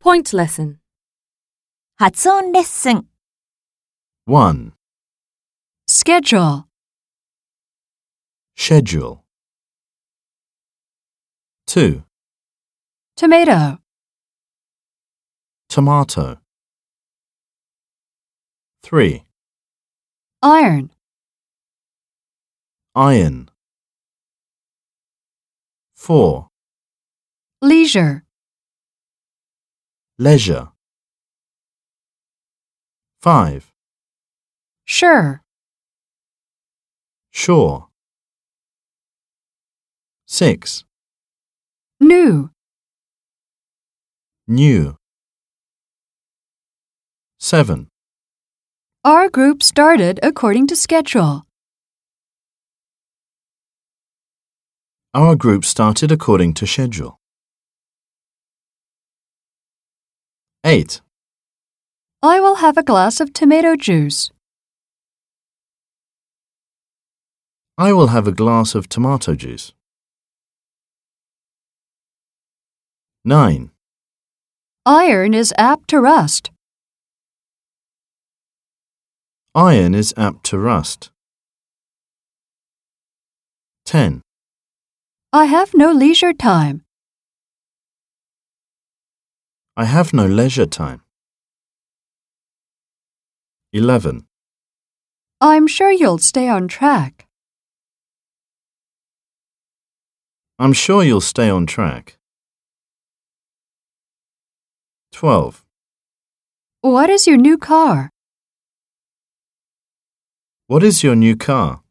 Point lesson. 発音レッスン、 1. Schedule. Schedule. 2. Tomato. Tomato. 3. Iron. Iron. 4. Leisure. Leisure. 5. Sure. Sure. 6. New. New. 7. Our group started according to schedule. Our group started according to schedule. 8. I will have a glass of tomato juice. I will have a glass of tomato juice. 9. Iron is apt to rust. Iron is apt to rust. 10. I have no leisure time. I have no leisure time. 11. I'm sure you'll stay on track. I'm sure you'll stay on track. 12. What is your new car? What is your new car?